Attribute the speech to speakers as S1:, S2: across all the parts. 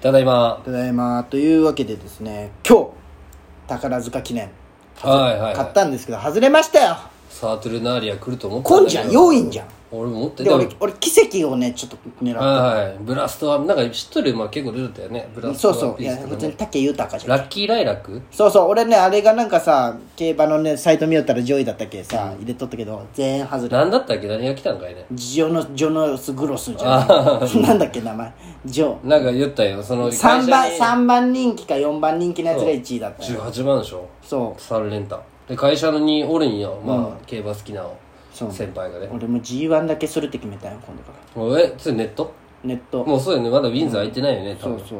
S1: ただいま
S2: ただいまというわけでですね今日宝塚記念
S1: はいはい
S2: 買ったんですけど外れましたよ
S1: サートルナーリア来ると思った
S2: こんじゃん4位じゃん
S1: 俺も持って
S2: で
S1: た
S2: 俺俺奇跡をねちょっと狙っ
S1: はいはいブラストはなんか知っとる馬結構出てたよねブラ
S2: て
S1: スト
S2: そ
S1: は
S2: うそう
S1: ピ
S2: い
S1: ー
S2: や
S1: スとか
S2: 別に
S1: ね
S2: 武豊じゃん
S1: ラッキーライラック
S2: そうそう俺ねあれがなんかさ競馬のねサイト見よったら上位だったっけさ、入れとったけど全員外れ
S1: 何だったっけ何が来たんかいね
S2: ジョノジョノスグロスじゃん なんだっけ名前ジョ
S1: なんか言ったよその
S2: 3番
S1: 会社
S2: 三番人気か4番人気のやつが
S1: そう
S2: 1位だったよ
S1: に18万でしょ
S2: そう
S1: 3連単で会社のにおるんよまあ競馬好きな
S2: そう
S1: 先輩がね
S2: 俺も G1 だけするって決めたよ今度から
S1: もうえそれネット
S2: ネット
S1: もうそうよねまだウィンズ開いてないよね多
S2: そう
S1: 分
S2: そう、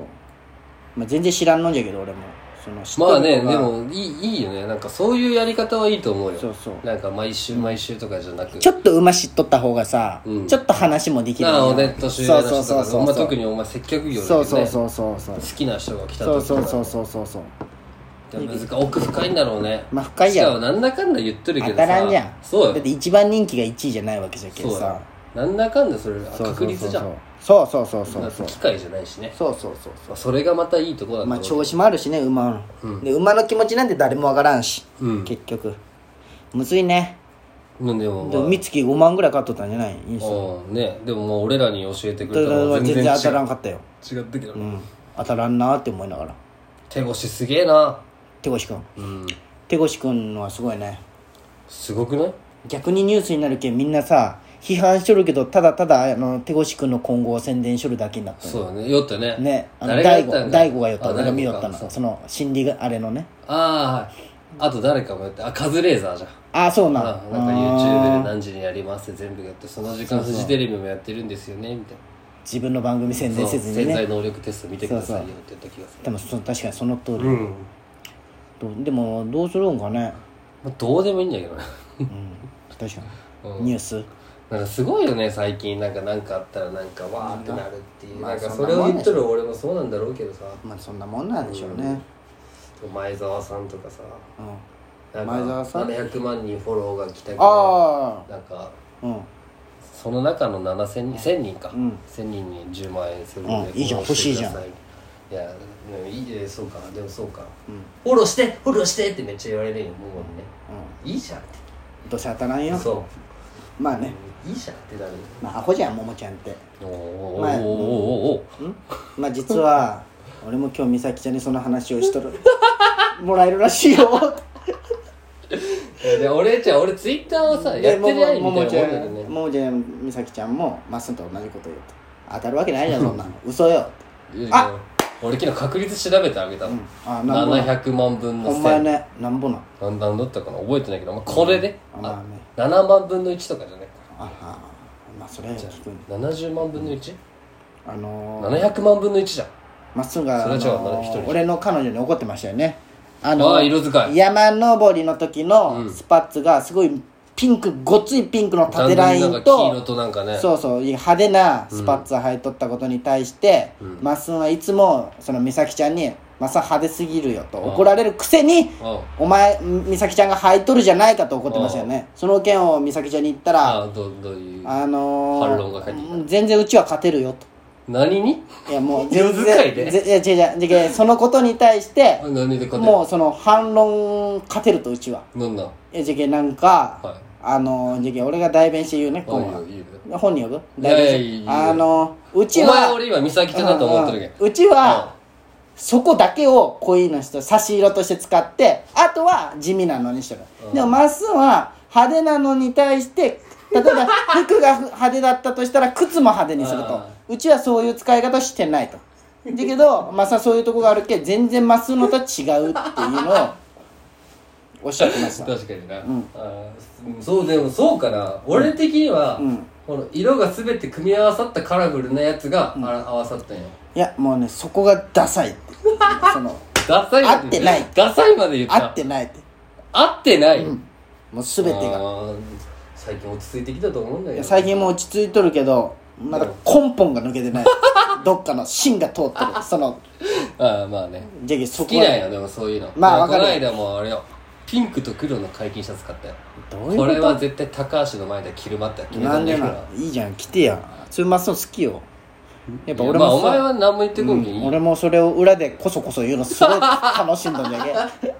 S2: まあ、全然知らんのんじゃけど俺もその知っとる
S1: まあね
S2: 子が
S1: でもいいいいよねなんかそういうやり方はいいと思うよ
S2: そうそう
S1: なんか毎週毎週とかじゃなく
S2: ちょっと馬知っとった方がさ、
S1: うん
S2: ちょっと話もできる
S1: なあ
S2: よ
S1: お
S2: ね
S1: ネット集団の
S2: そう
S1: 人
S2: そう
S1: と
S2: そ
S1: かお
S2: うそ
S1: 前
S2: う
S1: 特にお前接客業だ
S2: そ
S1: よ
S2: う
S1: ね
S2: そうそうそうそう
S1: 好きな人が来た
S2: そう
S1: 時
S2: そうそうそうそうそう
S1: で難しい奥深いんだろうね
S2: まあ深いや
S1: しかも
S2: ろ
S1: なんだかんだ言ってるけ
S2: 当
S1: ど
S2: た
S1: さ
S2: らんじゃん
S1: そう
S2: だっ
S1: よ
S2: て一番人気が1位じゃないわけじゃけ
S1: そ
S2: ど
S1: うよ
S2: さ
S1: なんだかんだそれ
S2: そうそう
S1: 確率じゃん
S2: そうそうそうそうそう
S1: 機械じゃないしね
S2: そうそうそう
S1: まあそれがまたいいとこだと
S2: まあ
S1: 思う
S2: 調子もあるしね馬の、で馬の気持ちなんて誰もわからんし、
S1: うん
S2: 結局むずいね
S1: うんでも
S2: でも
S1: ま
S2: 三月5万ぐらい買っとったんじゃないインス
S1: あ
S2: タ
S1: うんねでももう俺らに教えてくれ
S2: だ
S1: た
S2: か
S1: のは
S2: ら
S1: 全然
S2: 全然
S1: 違
S2: 当たら
S1: うん
S2: かったよ、
S1: 違ったけど
S2: うん、当たらんなーって思いながら
S1: 手越すげえな
S2: 手越くん
S1: うん
S2: 手越くんはすごいね
S1: すごくない
S2: 逆にニュースになるけんみんなさ批判しとるけどただただあの手越くんの今後を宣伝しとるだけになったよ
S1: そうだね酔ったね
S2: ねあの
S1: 誰がや
S2: 大
S1: った
S2: 悟
S1: ん
S2: 大悟が言った俺が見よった
S1: あ
S2: の
S1: 大悟か
S2: その心理があれのね
S1: ああはいあと誰かもやってあカズレーザーじゃん
S2: ああそうな
S1: あなんか YouTube で何時にやりますって全部やってその時間フジテレビもやってるんですよねみたい
S2: 自分の番組宣
S1: な
S2: 伝
S1: そ
S2: せ
S1: う
S2: ずに
S1: 潜
S2: ね
S1: 在能力テスト見てくださいよって言った気がす
S2: でもそ確かにその通り
S1: る、うん
S2: どでもどうするんかね、
S1: まあどうでもいいんだけどね
S2: うん、確かにニュース
S1: なんかすごいよね最近なんかなんかあったらなんかわーってなるっていう、
S2: まあ
S1: なんか
S2: そ
S1: そ
S2: んな
S1: れ
S2: も
S1: を
S2: ん
S1: 言っとる俺もそうなんだろうけどさ
S2: まあそんなもんなんでしょうね、
S1: 前澤さんとかさ
S2: うん
S1: なんか
S2: 前澤さん
S1: 700万人フォローが来たけど
S2: ああ
S1: なんか
S2: うん
S1: その中の7000人1000人か、
S2: うん
S1: 1000人に10万円する
S2: うんいいじゃん
S1: フォローしてくださ
S2: 欲
S1: いいやうんいいえそうかでもそうか
S2: うんうん
S1: フォローしてフォローしてってめっちゃ言われるんよもうねいいじゃんって
S2: どうせ当たらんよ
S1: そ
S2: まあ
S1: う、
S2: ね
S1: いいじゃんってなるよ
S2: まあアホじゃんももちゃんって
S1: おーお
S2: まあ
S1: ーおーおーおー
S2: んまあ実は俺も今日美咲ちゃんにその話をし とるもらえるらしいよ
S1: おで俺じゃあ俺ツイッターをさ やってないみ
S2: も
S1: たいなも
S2: も
S1: ん
S2: ちゃ
S1: だけど
S2: ん
S1: ね
S2: ももちゃん美咲ちゃんもまっすんと同じこと言うと当たるわけないじゃんそんなの嘘よ
S1: いやいや
S2: あ
S1: 俺昨日確率調べてあげたの、
S2: うんあなんぼな
S1: 700万分の
S2: ほんまや
S1: 1000
S2: ねなんぼな
S1: 何段だったかな覚えてないけど、まあ、これで、
S2: あまあね
S1: あ7万分の1とかじゃね
S2: ああまあそれは聞くん
S1: 70万分の 1?700
S2: あのー
S1: 万分の1じゃん
S2: まっすんが、
S1: それは違う
S2: あのー
S1: まだ一人じゃ
S2: 俺の彼女に怒ってましたよねあ
S1: あー色使い
S2: 山登りの時
S1: う
S2: の
S1: ん
S2: スパッツがすごいピンクごっついピンクの縦ライ
S1: なん
S2: ン
S1: か黄
S2: と
S1: 色となんかね
S2: そうそう派手なスパッツを履いとったことに対して、
S1: うん
S2: マッスンはいつもその美咲ちゃんに「マッスン派手すぎるよ」と怒られるくせに「
S1: あ
S2: お前美咲ちゃんが履いとるじゃないか」と怒ってましたよねその件を美咲ちゃんに言ったら
S1: あどどういう
S2: あのー
S1: 反論が返ってきた
S2: 全然うちは勝てるよ」と。
S1: 何に
S2: い やもう全
S1: 色使いで
S2: 然ぜいや違う違う違うそのことに対して
S1: 何で勝てる
S2: もうその反論勝てるとうちは
S1: なんなん
S2: いやじゃけなんか、
S1: はい
S2: あのじゃけ俺が代弁して言うね
S1: あい
S2: 今
S1: いよ
S2: はい
S1: いよ
S2: 本人呼ぶ
S1: いやいや
S2: 代弁して
S1: いいよ
S2: あのうち
S1: お前
S2: は
S1: 俺今美咲ちゃんだと思ってるけん
S2: うんうんうち
S1: うん
S2: はそこだけを恋の人差し色として使ってあとは地味なのにしてる、
S1: うん
S2: でもまっすんは派手なのに対して例え ば服が派手だったとしたら靴も派手にすると
S1: あ
S2: うちはそういう使い方してないとだけどまさそういうとこがあるけ全然まっすんのとは違うっていうのをおっしゃってま した
S1: 確かにな、
S2: ん
S1: あーそうでもそうかな俺的には、
S2: うん
S1: この色が全て組み合わさったカラフルなやつが、あら合わさったんよ
S2: いやもうねそこがダサいってその
S1: ダサい
S2: 合ってない
S1: ダサいまで言った
S2: 合ってないって
S1: 合ってない、
S2: もう全て
S1: あ
S2: が
S1: ー最近落ち着いてきたと思うんだ
S2: い
S1: け
S2: や
S1: ど
S2: 最近もう落ち着いとるけどまだ根本が抜けてない どっかの芯が通ってるその
S1: ああまあね
S2: じゃあ
S1: 好
S2: そこ
S1: きなん
S2: は
S1: よでもそういうの
S2: まあわ
S1: こ
S2: かる
S1: の間もあれよピンクと黒の解禁シャツ買ったよ
S2: どう
S1: こ
S2: い
S1: れ
S2: う
S1: は
S2: こ
S1: 絶対高橋の前で着るまった決
S2: と
S1: めた
S2: なんん
S1: だ
S2: で
S1: けど
S2: なんいいじゃん来てやそういうマスの好きよやっぱ俺も
S1: まあ、お
S2: そう
S1: 前は何も言ってこんけんいい、
S2: 俺もそれを裏でこそこそ言うのすごい楽しんだんだけ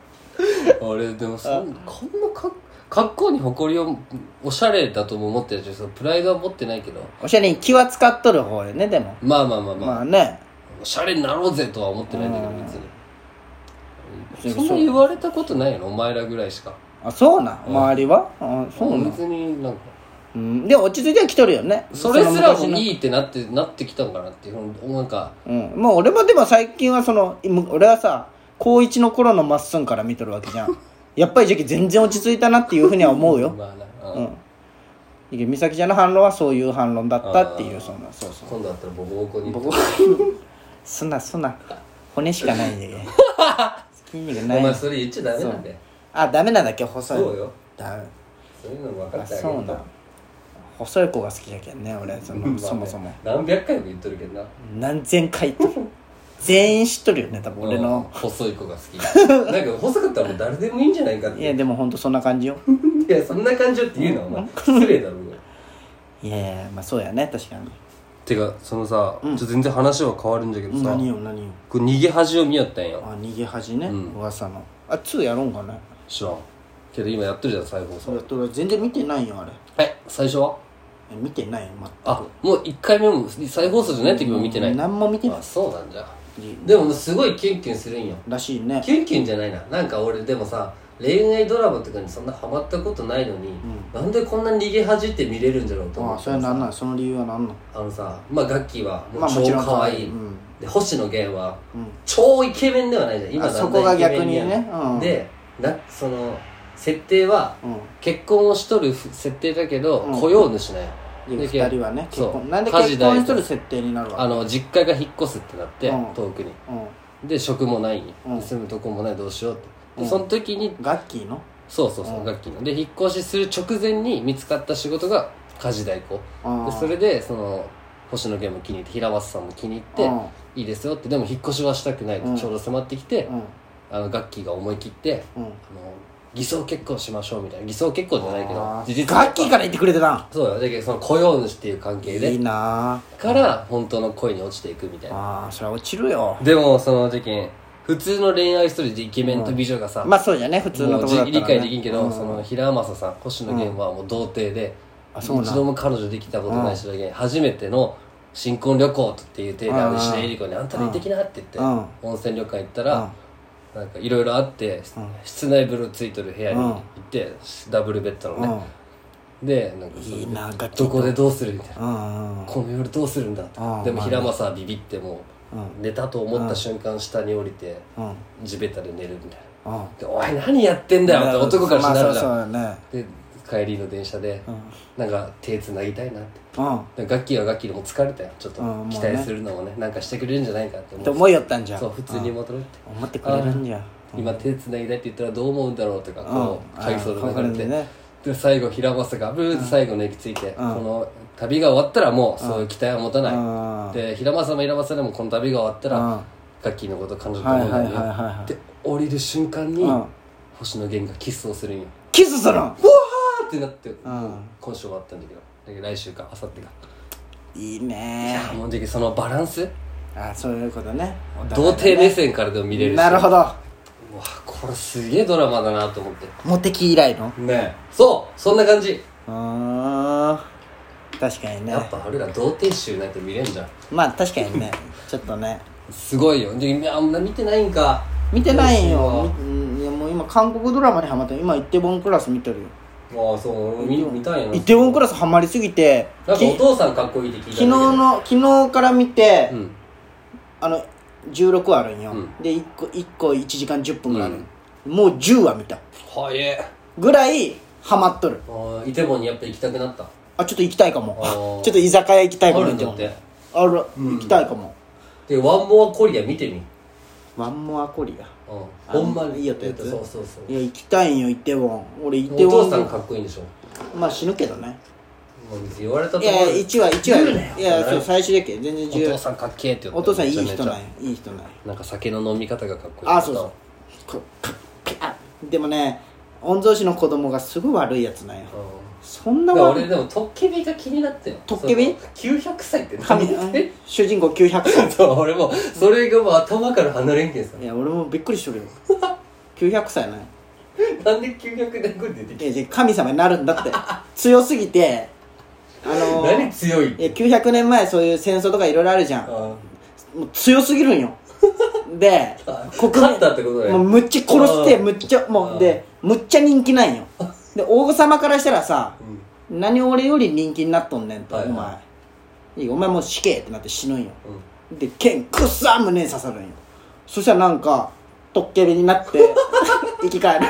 S1: 俺でもそんこんなかっ格好に誇りをおしゃれだとも思ってるしそのプライドは持ってないけど
S2: おしゃれに気は使っとる方よねでも
S1: まあまあまあまあ、
S2: まあね
S1: おしゃれになろうぜとは思ってないんだけど別
S2: そう
S1: に
S2: そ
S1: そ
S2: うん
S1: な言われたことないよなお前らぐらいしか
S2: あそうな周りはあそうな
S1: 別になんか
S2: うんで落ち着いては来とるよね
S1: それすらも
S2: その昔の
S1: いいってなってなってきたんかなっていうなんか
S2: うん、まあ俺もでも最近はそのむ俺はさ高1の頃のまっすんから見とるわけじ ゃんやっぱり時期全然落ち着いたなっていうふうには思うよ
S1: まあな、
S2: う
S1: うん
S2: んで美咲ちゃんの反論はそういう反論だったってい
S1: あ
S2: う
S1: ー
S2: そのそうそう
S1: 今度だったらボコボコに
S2: 僕はすなすな骨しかないん だけど筋肉
S1: お
S2: ない
S1: 前それ言っちゃダメなんだよ
S2: あダメなんだっけ細い
S1: そうよ
S2: ダメ
S1: そういうの分か
S2: あ
S1: ってあげる
S2: そうなん細い子が好きじゃけんね俺そ
S1: まあね
S2: のそもそも
S1: 何百回も言っとるけどな
S2: 何千回と全員知っとるよね多分俺
S1: うん
S2: の
S1: 細い子が好きなんか細かったらもう誰でもいいんじゃないかって
S2: い
S1: いや
S2: やでもほんとそんな感じよ
S1: そんな感じよって言うなお前失礼だろ
S2: いやいやまあそうやね確かに
S1: てかそのさ、ちょっと全然話は変わるんだけどさ
S2: 何よ何よ
S1: これ逃げ恥を見よったんよ
S2: あ逃げ恥ね、
S1: ん
S2: 噂のあ2やろんかね
S1: 知らんけど今やってるじゃん再放
S2: それ
S1: 送
S2: と俺全然見てないよあれ
S1: え最初は
S2: え見てないよ
S1: あもう1回目も再放送じゃない時も見てな
S2: 全
S1: い
S2: く何も見てない
S1: あそうなんじゃ
S2: い
S1: でもすごいキュンキュンするんよ
S2: らしいね
S1: キュンキュンじゃないななんか俺でもさ恋愛ドラマとかにそんなハマったことないのに、なんでこんな逃げ恥って見れるんじゃろうと
S2: あ
S1: 思
S2: あ
S1: って
S2: それはなんなんその理由はなんなん
S1: あのさまあガッキーはも
S2: まあ
S1: う
S2: も
S1: 超
S2: ちろん
S1: 可愛い、
S2: うん
S1: で星野源は
S2: うん
S1: 超イケメンではないじゃん今
S2: あ
S1: だんだん
S2: そこが逆にね
S1: イケメンになる
S2: うん
S1: でなその設定は
S2: うん
S1: 結婚をしとる設定だけど、
S2: うん
S1: 雇用主なんよ
S2: で
S1: で
S2: 2人はね結
S1: そう
S2: 婚なんで
S1: 家
S2: 結
S1: 事大
S2: 婚し
S1: 事
S2: とる設定になる
S1: あ
S2: わ
S1: の実家が引っ越すってなって、
S2: うん
S1: 遠くに
S2: けうん
S1: で職もない、
S2: うん
S1: 住むとこもないどうしようってで、
S2: うん
S1: その時に
S2: ガッキーの
S1: そうそうそう、
S2: うん
S1: 楽器ので引っ越しする直前に見つかった仕事が家事代行
S2: あ
S1: で
S2: あ
S1: それでその星野源も気に入って平松さんも気に入
S2: うん
S1: っていいですよってでも引っ越しはしたくないって
S2: うん
S1: ちょうど迫ってきて、
S2: うん
S1: あの楽器が思い切って
S2: うん
S1: あの偽装結婚しましょうみたいな偽装結婚じゃないけど
S2: あー
S1: 事実
S2: ガッキーから言ってくれてた
S1: そうよだけどその雇用主っていう関係
S2: んいい
S1: で
S2: な
S1: から本当の恋に落ちていくみたいな
S2: ああーそれは落ちるよ
S1: でもその事件普通の恋愛ストーリーでイケメンと美女がさ、
S2: まあそうじゃね普通のところ
S1: も
S2: だっ
S1: う
S2: たら
S1: 理解
S2: ね
S1: できんけど、
S2: うん
S1: その平正さん星野源はもう童貞で、
S2: あそうなん
S1: 一度も彼女できたことない人だけ、初めての新婚旅行っていう手であ
S2: うん
S1: の石田ゆり子に「あんたら行ってきな」って言って、
S2: うん
S1: 温泉旅館行ったら、なんかいろいろあって、室内風呂ついてる部屋に行って、ダブルベッドの
S2: うん
S1: ね、でなんかそれ
S2: いいなガッキー
S1: どこでどうするみたいな、
S2: うんうん
S1: この夜どうするんだって、
S2: うん
S1: でも平正はビビってもう、
S2: う
S1: 寝たと思った瞬間下に降りて、
S2: うんうん
S1: 地べたで寝るみたいな。
S2: うん
S1: でおい何やってんだよって男からし
S2: まあ
S1: た
S2: そ
S1: ら
S2: う
S1: じ
S2: そう
S1: ゃん
S2: だね
S1: で帰りの電車で、なんか手つなぎたいなって
S2: う
S1: でガッキーはガッキーでもう疲れたよちょっと
S2: うんもうね
S1: 期待するのもね,、なんかしてくれるんじゃないかって
S2: ん
S1: 思
S2: って
S1: う
S2: 思いよったんじゃん
S1: そう普通に戻るって、
S2: 思ってくれるんじゃん
S1: 今手つなぎたいって言ったらどう思うんだろうとかこ
S2: う
S1: うん回想で流れて、
S2: うんね
S1: で最後平正がブーって最後寝りついて、こ
S2: ん
S1: の旅が終わったらもうそういう期待は持たない、
S2: うん
S1: で平正も平正でもこの旅が終わったら、
S2: うん
S1: ガッキーのこと彼女と思うんだよ、
S2: はいはいはいはいはい
S1: で降りる瞬間に、
S2: うん
S1: 星野源がキスをするんよ
S2: キスするん
S1: あーってなって、
S2: ん
S1: 今週終わったんだけどだけど来週か明後日か
S2: いいね
S1: あもうだけどそのバランス
S2: あそういうことね
S1: 童貞目線からでも見れるし
S2: なるほ
S1: ど
S2: ど
S1: わこれすげえドラマだなと思って
S2: モテ期以来の
S1: ねそうそんな感じ、
S2: うーん確かにね
S1: やっぱ俺ら童貞集なんて見れんじゃん
S2: まあ確かにね ちょっとね
S1: すごいよであんな見てないんか
S2: 見てないよ
S1: どうし
S2: みうんいやもう今韓国ドラマにハマってる今イテウォンクラス見てるよ
S1: ああそう俺見見たいな
S2: イテウォンク
S1: ら
S2: ラスハマりすぎて
S1: なんか
S2: き
S1: お父さんかっこいいって聞い
S2: 昨
S1: た
S2: 日
S1: んだけど
S2: の昨日から見て、
S1: うん
S2: あの16話あるんよ、
S1: うん
S2: で1個1個1時間10分ぐらいある、もう10話見た
S1: 早え
S2: ぐらいハマっとる
S1: あーイテボンにやっぱ行きたくなった
S2: あちょっと行きたいかも
S1: あ
S2: ちょ
S1: ー
S2: っと居酒屋行きたいかも
S1: あるんだって
S2: あら、行きたいかも
S1: でワンモアコリア見てみうん
S2: ワンモアコリア
S1: ほんまに
S2: いいやったやつ
S1: そうそうそう
S2: いや行きたいんよイテウォン俺イ
S1: お
S2: テウォ
S1: 父
S2: ン
S1: さんかっこいいんでしょ
S2: まあ死ぬけどね
S1: もう別に言われたと
S2: い
S1: ころ
S2: やいや1話1話
S1: 言うなよ
S2: いやそう最終だっけ全然
S1: お父
S2: 10
S1: さんかっけえって言った
S2: お父さんいい人な
S1: い
S2: んやいい人なんや
S1: なんか酒の飲み方がかっこいい
S2: あそうそうこかかあでもね御曹司の子供がすごい悪いやつなんよ
S1: う
S2: そんな
S1: だから
S2: 悪
S1: 俺
S2: い
S1: でもトッケビが気になってよ
S2: トッケビ
S1: その ?900 歳って
S2: 神
S1: 何
S2: う
S1: っ
S2: ん
S1: て
S2: 主人公900歳
S1: そう俺もそれがもう頭から離れんけんさ
S2: いや俺もびっくりしとるよ900歳ない
S1: なんで900年後に出てき
S2: いやいや神様になるん だって強すぎてあ
S1: た
S2: の
S1: 何強いっ
S2: い
S1: て
S2: や900年前そういう戦争とかいろいろあるじゃん
S1: あ
S2: もう強すぎる んよで
S1: あ
S2: 国民
S1: 勝ったってことだ
S2: もう
S1: よ
S2: むっちゃ殺して
S1: あー
S2: むっちゃも
S1: あ
S2: う
S1: ー
S2: でむっちゃ人気ないんよで王様からしたらさ
S1: うん
S2: 何俺より人気になっとんねんと、
S1: はいはい
S2: お前いいお前もう死刑ってなって死ぬんよ
S1: うん
S2: で剣くっさー胸に刺さるんよそしたらなんかトッケビにな って生き返る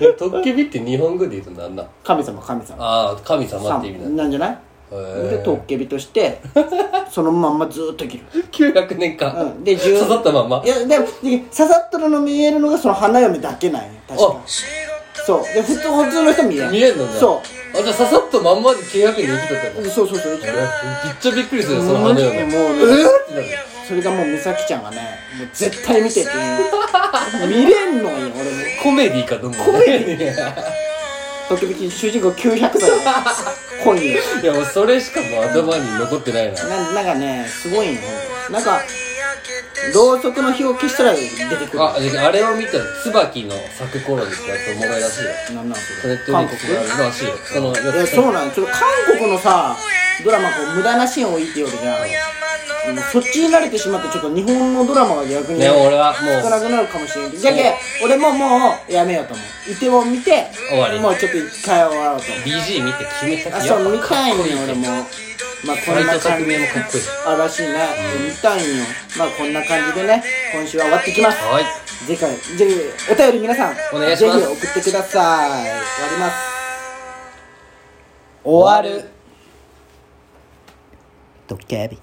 S1: いやトッケビって日本語で言うと何なん
S2: 神様神様
S1: ああ神様って意味なんだ
S2: なんじゃないで
S1: へ
S2: トッケビとして そのまんまずーっと生きる、
S1: え900年
S2: う
S1: 間
S2: ん、で
S1: 刺
S2: 十
S1: さったまんま
S2: いやでもで刺さっとるの見えるのがその花嫁だけなんや確か
S1: あ
S2: そうで普通普通の人見える
S1: 見えんのね
S2: そ
S1: あじゃあ刺さったまんまで900年生きとったんだ
S2: うそうそうそう
S1: えーめっちゃびっくりするよその花嫁
S2: もう
S1: え
S2: ね
S1: ーってなる
S2: それがもう美咲ちゃんがねもう絶対見てて見れんのよ俺も
S1: コメディーか どんどんコメディ
S2: 時々主人公900歳だよ今夜
S1: いやもうそれしかもう頭に残ってないな
S2: ななんかねすごいのなんかろうそくの火を消したら出てくる
S1: あであれを見たら椿の咲く頃にってやつおもろいらしいよ
S2: なんなん
S1: そ
S2: そ
S1: れ
S2: れ
S1: って
S2: 韓
S1: 韓
S2: 国
S1: 国があるらしいよその
S2: いやそうなんちょっと韓国のさドラマこう無駄なシーン多いってよりじゃんもうそっちに慣れてしまってちょっと日本のドラマが逆に
S1: ね俺は
S2: 少
S1: も
S2: な
S1: う
S2: くなるかもしれんけどじゃけ俺ももうやめようと思うイテウォン見て
S1: 終わり
S2: もうちょっと一回終わろうと思う
S1: BG 見て決めた
S2: あ
S1: き
S2: そ
S1: やっ
S2: う見
S1: ぱか
S2: たい
S1: っ
S2: の
S1: こい
S2: よ
S1: い
S2: 俺
S1: ね
S2: もまあこ
S1: 斎
S2: んな
S1: 藤
S2: 感
S1: 匠
S2: じ
S1: もかっこいい
S2: あらしいね見たいんよまあこんな感じでね今週は終わってきます
S1: はい
S2: 次回ぜひお便り皆さん
S1: お願いします
S2: ぜひ送ってください終わります終わるドッキャビ